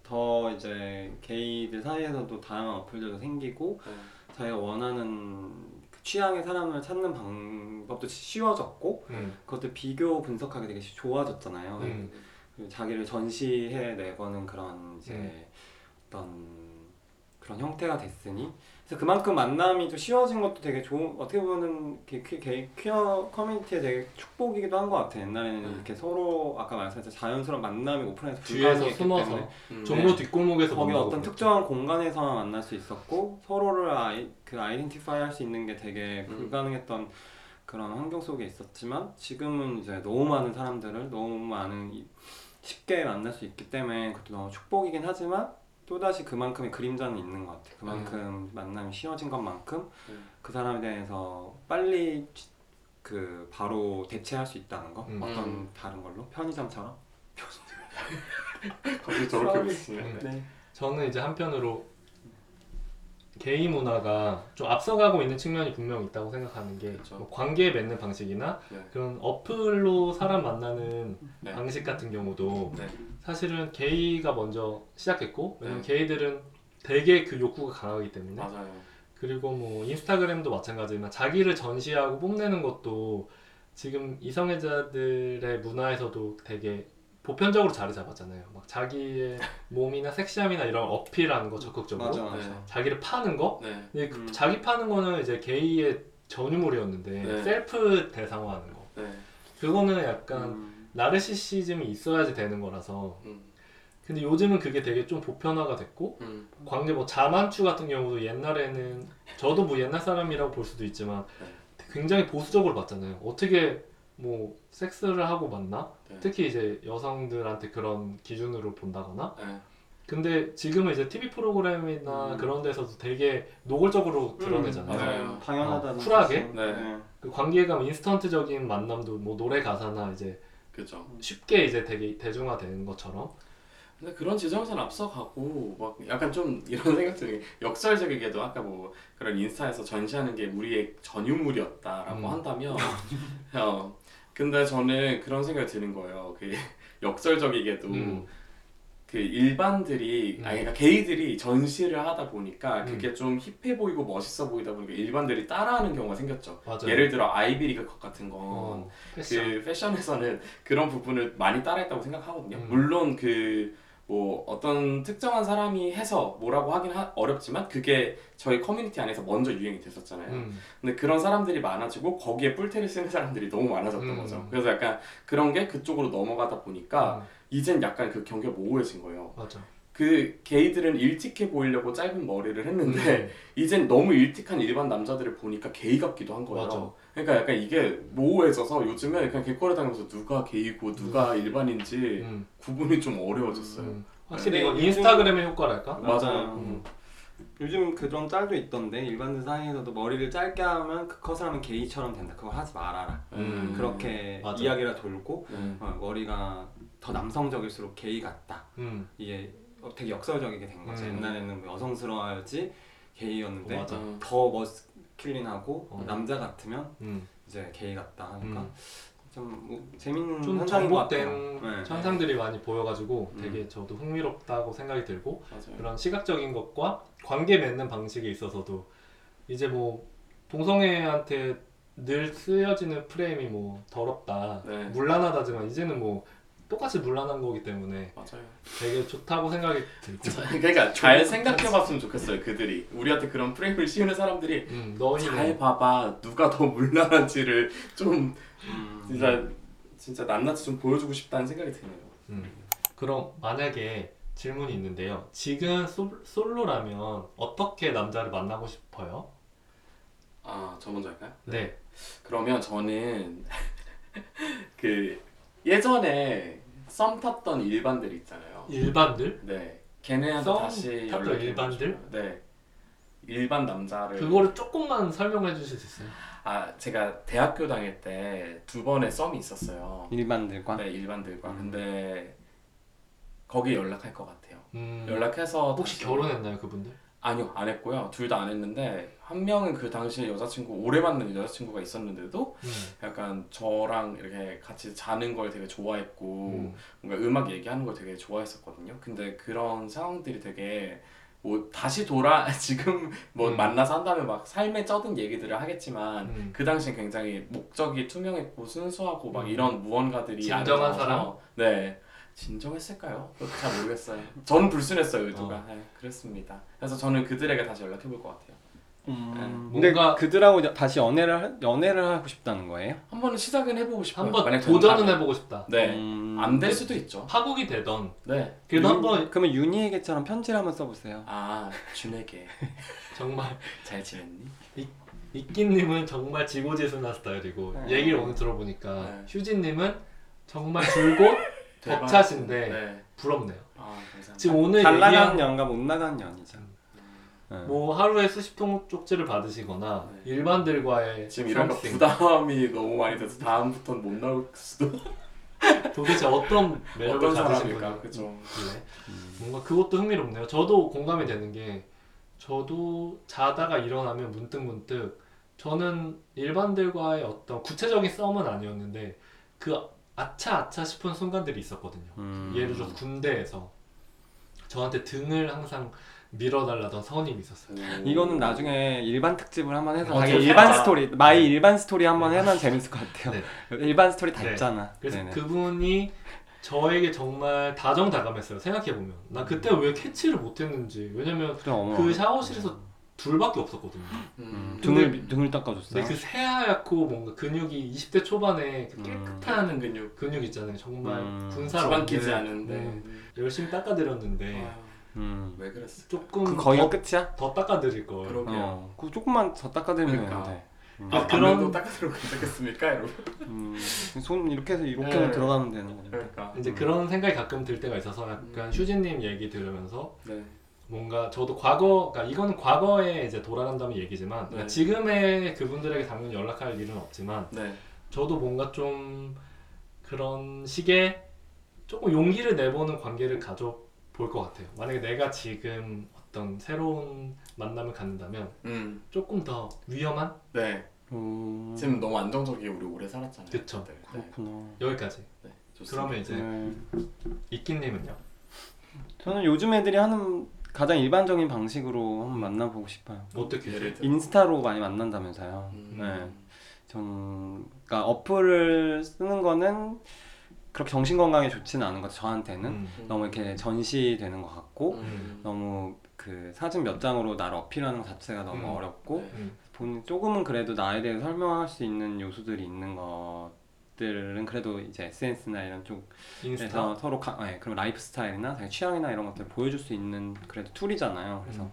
더 이제 게이들 사이에서도 다양한 어플들도
음.
생기고
네.
자기가 원하는 그 취향의 사람을 찾는 방법도 쉬워졌고
음.
그것도 비교 분석하기 되게 쉬- 좋아졌잖아요. 네.
네.
음.
그리고 자기를 전시해 내거는 그런 이제
음.
어떤 그런 형태가 됐으니 그래서 그만큼 만남이 좀 쉬워진 것도 되게 좋은 어떻게 보면은 게- 게- 게- 퀴어 커뮤니티의 되게 축복이기도 한 것 같아 요 옛날에는
음.
이렇게 서로 아까 말씀하신 자연스러운 만남이 오프라인에서
뒤에서
불가능했기
숨어서
때문에
음,
종로 뒷골목에서
거기
만나고
어떤
그랬죠.
특정한 공간에서만 만날 수 있었고 서로를 아이, 그 아이덴티파이 할 수 있는 게 되게
음.
불가능했던 그런 환경 속에 있었지만 지금은 이제 너무 많은 사람들을 너무 많은 이- 쉽게 만날 수 있기 때문에 그것도 너무 축복이긴 하지만 또다시 그만큼의 그림자는 있는 것 같아. 그만큼 만남이 쉬워진 것만큼
음.
그 사람에 대해서 빨리 취- 그 바로 대체할 수 있다는 거.
음.
어떤
음.
다른 걸로 편의점처럼.
갑자기 저렇게 웃으시네
음. 저는 이제 한편으로 게이 문화가 좀 앞서가고 있는 측면이 분명 있다고 생각하는 게
그쵸.
뭐 관계 맺는 방식이나
네.
그런 어플로 사람 만나는
네.
방식 같은 경우도
네.
사실은 게이가 먼저 시작했고 왜냐면
네.
게이들은 되게 그 욕구가 강하기 때문에
맞아요
그리고 뭐 인스타그램도 마찬가지지만 자기를 전시하고 뽐내는 것도 지금 이성애자들의 문화에서도 되게 보편적으로 자리 잡았잖아요. 막 자기의 몸이나 섹시함이나 이런 어필하는 거 적극적으로
맞아 맞아.
네.
자기를 파는 거.
네.
근데 그
음.
자기 파는 거는 이제 게이의 전유물이었는데
네.
셀프 대상화하는 거.
네.
그거는 약간
음.
나르시시즘이 있어야지 되는 거라서.
음.
근데 요즘은 그게 되게 좀 보편화가 됐고
음.
관계 뭐 자만추 같은 경우도 옛날에는 저도 뭐 옛날 사람이라고 볼 수도 있지만
네.
굉장히 보수적으로 봤잖아요. 어떻게 뭐 섹스를 하고 만나?
네.
특히 이제 여성들한테 그런 기준으로 본다거나.
네.
근데 지금은 이제 TV 프로그램이나
음.
그런 데서도 되게 노골적으로 드러내잖아요.
음. 맞아요.
당연하다는
어, 쿨하게?
뜻이.
네.
그 관계가 뭐 인스턴트적인 만남도 뭐 노래 가사나 이제
그죠
쉽게 이제 되게 대중화되는 것처럼.
근데 그런 지점에서는 앞서가고 막 약간 좀 이런 생각 중에 역설적이게도 아까 뭐 그런 인스타에서 전시하는 게 우리의 전유물이었다라고
음.
한다면 어, 근데 저는 그런 생각이 드는 거예요 그 역설적이게도
음.
그 일반들이 아니 그러니까 게이들이 전시를 하다
음.
보니까 그게 좀 힙해 보이고 멋있어 보이다 보니까 일반들이 따라하는 경우가 생겼죠
맞아요.
예를 들어 아이비리가 것 같은 건
어, 패션.
그 패션에서는 그런 부분을 많이 따라했다고 생각하거든요.
음.
물론 그 뭐 어떤 특정한 사람이 해서 뭐라고 하긴 하- 어렵지만 그게 저희 커뮤니티 안에서 먼저 유행이 됐었잖아요.
음.
근데 그런 사람들이 많아지고 거기에 뿔테를 쓰는 사람들이 너무 많아졌던
음.
거죠. 그래서 약간 그런 게 그쪽으로 넘어가다 보니까
음,
이젠 약간 그 경계가 모호해진 거예요.
맞아.
그 게이들은 일찍해 보이려고 짧은 머리를 했는데
음.
이젠 너무 일찍한 일반 남자들을 보니까 게이 같기도 한 거예요.
음, 맞아.
그러니까 약간 이게 모호해져서 요즘에 그냥 길거리 다니면서 누가 게이고 누가 일반인지
음.
구분이 좀 어려워졌어요.
음. 확실히
네.
이건 인스타그램의 효과랄까?
맞아요.
맞아요.
음.
요즘 그런 짤도 있던데 일반인 사이에서도 머리를 짧게 하면 그 컷을 하면 게이처럼 된다. 그거 하지 말아라.
음.
그렇게
맞아.
이야기를 돌고
음.
어, 머리가 더 남성적일수록 게이 같다.
음.
이게 어, 되게 역설적이게 된 거죠.
음.
옛날에는 뭐 여성스러워야지 게이였는데
어, 맞아.
음.
더 머스킬린하고
어.
남자 같으면
음.
이제 게이 같다 하니까
음.
좀 뭐, 재밌는
좀
현상인 것 같아요.
정복된
네.
현상들이 많이 보여가지고
음.
되게 저도 흥미롭다고 생각이 들고
맞아요.
그런 시각적인 것과 관계 맺는 방식에 있어서도 이제 뭐 동성애한테 늘 쓰여지는 프레임이 뭐 더럽다,
네.
물란하다지만 이제는 뭐 똑같이 물란한 거기 때문에
맞아요.
되게 좋다고 생각이 들고
자, 그러니까 잘 생각해봤으면 좋겠어요. 그들이 우리한테 그런 프레임을 씌우는 사람들이
음, 너희는
잘 봐봐 누가 더 물란한지를 좀
음.
진짜 진짜 낱낱이 좀 보여주고 싶다는 생각이 드네요.
음. 그럼 만약에 질문이 있는데요. 지금 솔, 솔로라면 어떻게 남자를 만나고 싶어요?
아 저 먼저 할까요?
네.
그러면 저는 그 예전에 썸 탔던 일반들 있잖아요.
일반들
네. 걔네한테
썸
다시
탔던
연락해
일반들?
보시면- 네. 일반 남자를
그거를 조금만 설명해 주실 수 있어요?
아 제가 대학교 다닐 때 두 번의 썸이 있었어요.
일반들과
네 일반들과
음.
근데 거기 연락할 것 같아요.
음,
연락해서
혹시
다시-
결혼했나요 그분들?
아니요 안 했고요 둘 다 안 했는데 한 명은 그 당시에 여자친구 오래 만난 여자친구가 있었는데도
음.
약간 저랑 이렇게 같이 자는 걸 되게 좋아했고
음.
뭔가 음악 얘기하는 걸 되게 좋아했었거든요. 근데 그런 상황들이 되게 뭐 다시 돌아 지금 뭐
음.
만나서 한다면 막 삶에 쩌든 얘기들을 하겠지만
음.
그 당시엔 굉장히 목적이 투명했고 순수하고 막
음.
이런 무언가들이
진정한
아름다워서-
사람?
네 진정했을까요? 그것도 잘 모르겠어요. 전 불순했어요 의도가 네, 그랬습니다. 그래서 저는 그들에게 다시 연락해볼 것 같아요.
음,
네.
근데
뭔가-
그들하고 여- 다시 연애를 할- 연애를 하고 싶다는 거예요?
한번은 시작은 해보고 싶어요.
한번
만약
도전은
된다면.
해보고 싶다.
네.
음,
안 될 수도 있죠.
파국이 되던
네.
그래도
윤-
한번
그러면 윤희에게처럼 편지를 한번 써보세요.
아 준에게
정말
잘 지냈니?
이끼님은 정말 지고지순한 스타일이고
네.
얘기를 오늘 들어보니까
네.
휴진님은 정말 줄곧 벅차신데
네.
부럽네요.
아 감사합니다.
지금 오늘
잘
얘기한
나간 연과 못 나간 연이죠. 음.
뭐 하루에 수십 통 쪽지를 받으시거나
네.
일반들과의
지금 이런 거
썸씽.
부담이 너무 많이 돼서 다음부터는 못 나올 수도
도대체 어떤 매력을
어떤
가지신
사람일까
분이
그죠
네.
음.
뭔가 그것도 흥미롭네요. 저도 공감이 되는 게 저도 자다가 일어나면 문득문득 저는 일반들과의 어떤 구체적인 싸움은 아니었는데 그 아차 아차 싶은 순간들이 있었거든요.
음.
예를 들어서 군대에서 저한테 등을 항상 밀어달라던 선임이 있었어요.
음. 이거는 나중에 일반 특집을 한번 해서
어,
자기
저기
일반
하나.
스토리 마이
네.
일반 스토리 한번 해면 재밌을 것 같아요. 일반 스토리 다
네.
있잖아.
그래서
네네.
그분이 저에게 정말 다정다감했어요. 생각해보면. 나 그때 왜 캐치를 못했는지. 왜냐면
그래, 어머.
그 샤워실에서 둘밖에 없었거든요.
음,
근데-
등을
근데
등을 닦아줬어요.
그 새하얗고 뭔가 근육이 20대 초반에 그
음.
깨끗한
근육
근육 있잖아요. 정말
음.
군사로 네.
지방키지
없는.
않은데 네. 어.
음, 열심히 닦아드렸는데
아유,
음.
왜 그랬어
조금
그 거의
더,
끝이야.
더 닦아드릴 걸.
그러게요
어. 그 조금만 더 닦아드리면
그러니까.
되는데. 음.
아
그런-
그런 닦아들고 괜찮겠습니까 여러분
음, 손 이렇게 해서 이렇게
네.
들어가면 되는 건데.
그러니까
이제
음.
그런 생각이 가끔 들 때가 있어서 약간
음.
휴진님 얘기 들으면서
네
뭔가 저도 과거, 그러니까 이거는 과거에 이제 돌아간다면 얘기지만 그러니까
네.
지금의 그분들에게 당연히 연락할 일은 없지만
네.
저도 뭔가 좀 그런 식의 조금 용기를 내보는 관계를 가져볼 것 같아요. 만약에 내가 지금 어떤 새로운 만남을 갖는다면
음.
조금 더 위험한
네.
음,
지금 너무 안정적이게 우리 오래 살았잖아요.
그쵸.
네. 네.
그렇구나.
여기까지.
네. 좋습니다.
그러면 이제
네.
이끼님은요?
저는 요즘 애들이 하는 가장 일반적인 방식으로
음.
한번 만나보고 싶어요.
어떻게
예를 들어
인스타로 많이 만난다면서요.
음.
네. 전 그러니까 어플을 쓰는 거는 그렇게 정신 건강에 좋지는 않은 것 같아요. 저한테는
음.
너무 이렇게 전시되는 것 같고
음.
너무 그 사진 몇 장으로 나를 어필하는 것 자체가 너무
음.
어렵고
네.
음.
본 조금은 그래도 나에 대해 설명할 수 있는 요소들이 있는 것들은 그래도 이제 SNS나 이런 쪽
인스타. 음.
그래서 서로 가, 네, 그런 라이프 스타일이나 자기 취향이나 이런 것들을 보여줄 수 있는 그래도 툴이잖아요. 그래서
음.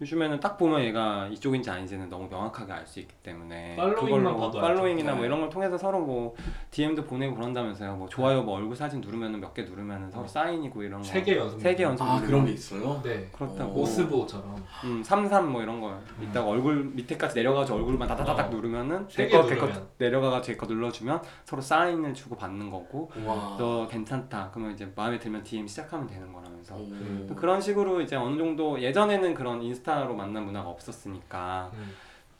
요즘에는 딱 보면 얘가 이쪽인지 아닌지는 너무 명확하게 알 수 있기 때문에
팔로잉만
그걸로
봐도 알죠.
팔로잉이나 뭐
네.
이런 걸 통해서 서로 뭐 DM도 보내고 그런다면서요. 뭐 좋아요 뭐 얼굴 사진 누르면은 몇 개 누르면은 서로 사인이고 이런 거.
네. 세 개 연속.
세개 연속
아
누르면.
그런 게 있어요?
네.
그렇다고.
오스보처럼.
음, 삼삼 뭐 이런 거. 이따가 얼굴 밑에까지 내려가서 얼굴만 다다다닥
어.
누르면은
세개
내거 걔거
누르면.
내려가가 제거 눌러주면 서로 사인을 주고 받는 거고
음. 어.
와.
너 괜찮다. 그러면 이제 마음에 들면 DM 시작하면 되는 거라면서.
음.
오.
그런 식으로 이제 어느 정도 예전에는 그런 인스타로 만난 문화가 없었으니까
음.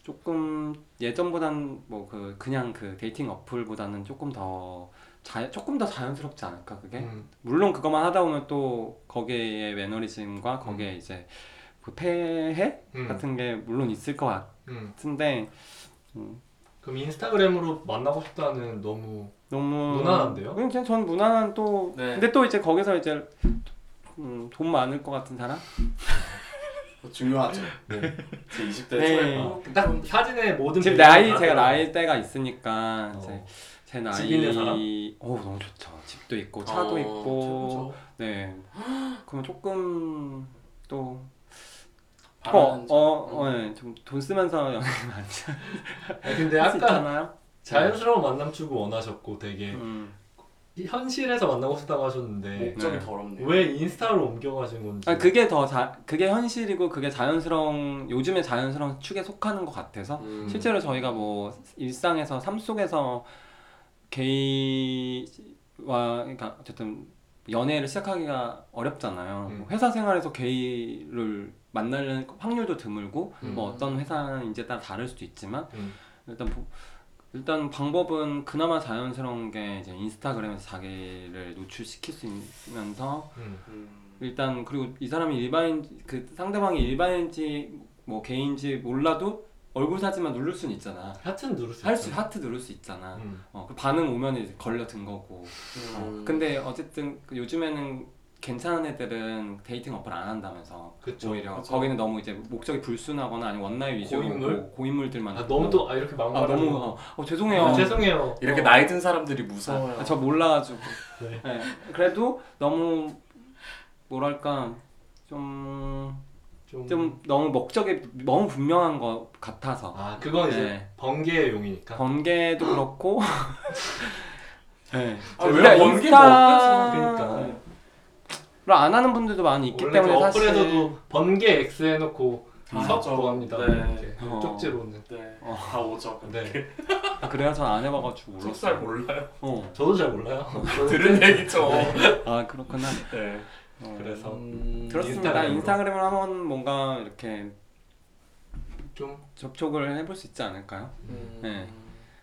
조금 예전보단 뭐 그 그냥 그 데이팅 어플보다는 조금 더 자, 조금 더 자연스럽지 않을까 그게
음.
물론 그것만 하다 보면 또 거기에 매너리즘과 거기에 이제 그 폐해
음.
같은 게 물론 있을 것
음.
같은데 음,
그럼 인스타그램으로 만나고 싶다는 너무
너무
무난한데요?
그냥 그냥 전 무난한 또
네.
근데 또 이제 거기서 이제 음, 돈 많을 것 같은 사람
뭐 중요하죠.
네.
제 20대
네.
초에
어,
뭐
딱 사진의 모든
지금
배경이
나이
다
제가
들어가.
나이 때가 있으니까 이제 제 나이
아, 어. 집 있는 사람?
어 너무 좋죠. 집도 있고 뭐 차도
어,
있고
최고죠.
네 그러면 조금 또 어,
음.
바라는
네. 어어좀돈 쓰면서 연애 많이
아니, 근데
할수
아까
있잖아요.
자연스러운 만남 추구 원하셨고 되게
음.
현실에서 만나고 싶다고 하셨는데
목적이
네.
더럽네요.
왜 인스타로 옮겨가신 건지
아 그게 더 자, 그게 현실이고 그게 자연스러운 요즘에 자연스러운 축에 속하는 것 같아서
음.
실제로 저희가 뭐 일상에서 삶 속에서 게이와 그러니까 어쨌든 연애를 시작하기가 어렵잖아요. 뭐
음.
회사 생활에서 게이를 만날 확률도 드물고
음.
뭐 어떤 회사인지에 따라 다를 수도 있지만
음.
일단 보- 일단 방법은 그나마 자연스러운 게 이제 인스타그램에서 자기를 노출시킬 수 있으면서
음.
음.
일단 그리고 이 사람이 일반인 그 상대방이 일반인지 뭐 개인지 몰라도 얼굴 사진만 누를 수는 있잖아.
하트 누를 수
할수
있잖아.
하트 누를 수 있잖아.
음.
어, 그 반응 오면 이제 걸려 든 거고. 어,
음.
근데 어쨌든 그 요즘에는 괜찮은 애들은 데이팅 어플 안 한다면서.
그쵸
오히려
그쵸.
거기는 너무 이제 목적이 불순하거나 아니 원나잇 위주로
고인물?
고- 고인물들만
아
있고.
너무 또 아 이렇게
아
막말하고
너무 어, 어, 죄송해요.
아, 죄송해요
이렇게
어.
나이 든 사람들이 무서워요.
아, 저 몰라가지고.
네.
네. 그래도 너무 뭐랄까 좀 좀 너무 목적이 너무 분명한 것 같아서
아 그건 이제
네.
번개의 용이니까
번개도 그렇고 네.
아,
우리가
왜 번개
인스타-
그러니까.
를안 하는 분들도 많이 있기
원래 그
때문에 사실
어플에서도 번개 X 해놓고
아,
석
맞아.
구합니다
네.
이렇게
어.
쪽지로는
네.
어.
다 오죠.
네
아, 그래요 전 안 해봐가지고 몰랐어요
속살 네, 몰라요.
어.
저도 잘 몰라요 저는
들은 얘기죠.
아 그렇구나
네.
어.
그래서
음,
그렇습니다
인스타그램으로.
인스타그램을 한번 뭔가 이렇게
좀
접촉을 해볼 수 있지 않을까요?
음.
네.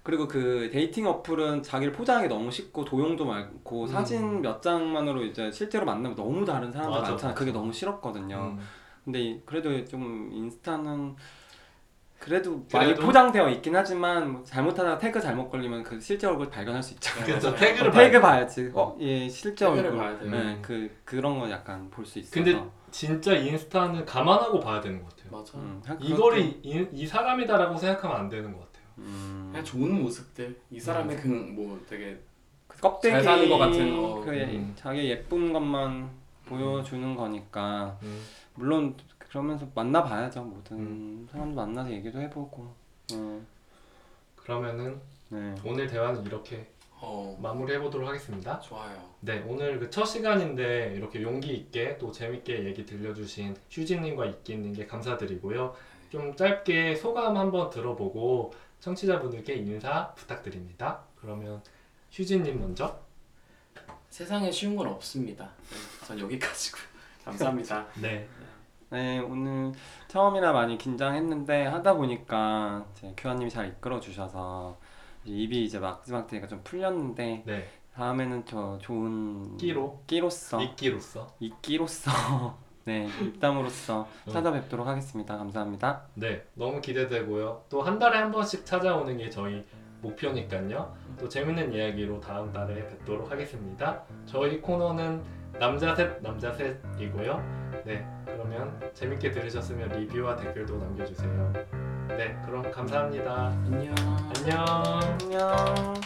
그리고 그 데이팅 어플은 자기를 포장하기 너무 쉽고 도용도 많고
음.
사진 몇 장만으로 이제 실제로 만나면 너무 다른 사람들
맞아,
많잖아.
맞아.
그게 너무 싫었거든요.
음.
근데 이- 그래도 좀 인스타는 그래도, 많이
그래도?
포장되어 있긴 하지만 뭐 잘못하다가 태그 잘못 걸리면 그 실제 얼굴 발견할 수 있잖아요.
그래서
맞아요.
네. 태그를
어,
많이
태그 봐야지. 어, 예, 실제
태그를
얼굴.
봐야 돼요.
네, 그 그런 거 약간 볼 수 있어서.
근데 진짜 인스타는 감안하고 봐야 되는 것 같아요
맞아.
음, 하-
이거를 이, 이- 이 사람이다라고 생각하면 안 되는 것 같아요
음,
그냥 좋은 모습들. 이 사람의 그뭐 되게
그 껍데기
잘 사는 것 같은, 어,
그
음.
자기 예쁜 것만 보여주는 거니까
음.
물론 그러면서 만나봐야죠 모든 사람도 만나서 얘기도 해보고 어,
그러면은
네
오늘 대화는 이렇게
어
마무리해 보도록 하겠습니다
좋아요.
네, 오늘 그 첫 시간인데 이렇게 용기 있게 또 재밌게 얘기 들려주신 휴진님과 이끼님께 감사드리고요. 좀 짧게 소감 한번 들어보고 청취자분들께 인사 부탁드립니다. 그러면 휴진님 먼저.
세상에 쉬운 건 없습니다. 네, 전 여기까지고. 감사합니다.
네.
네, 오늘 처음이라 많이 긴장했는데 하다 보니까 이제 교환님이 잘 이끌어 주셔서 이제 입이 이제 마지막 때가 좀 풀렸는데
네.
다음에는 더 좋은
끼로?
끼로서
이끼로서.
이끼로서 네 입담으로서
음.
찾아뵙도록 하겠습니다 감사합니다
네. 너무 기대되고요. 또 한 달에 한 번씩 찾아오는 게 저희 목표니까요. 또 재밌는 이야기로 다음 달에 뵙도록 하겠습니다. 저희 코너는 남자셋 남자셋이고요. 네, 그러면 재밌게 들으셨으면 리뷰와 댓글도 남겨주세요. 네, 그럼 감사합니다.
안녕.
안녕.
안녕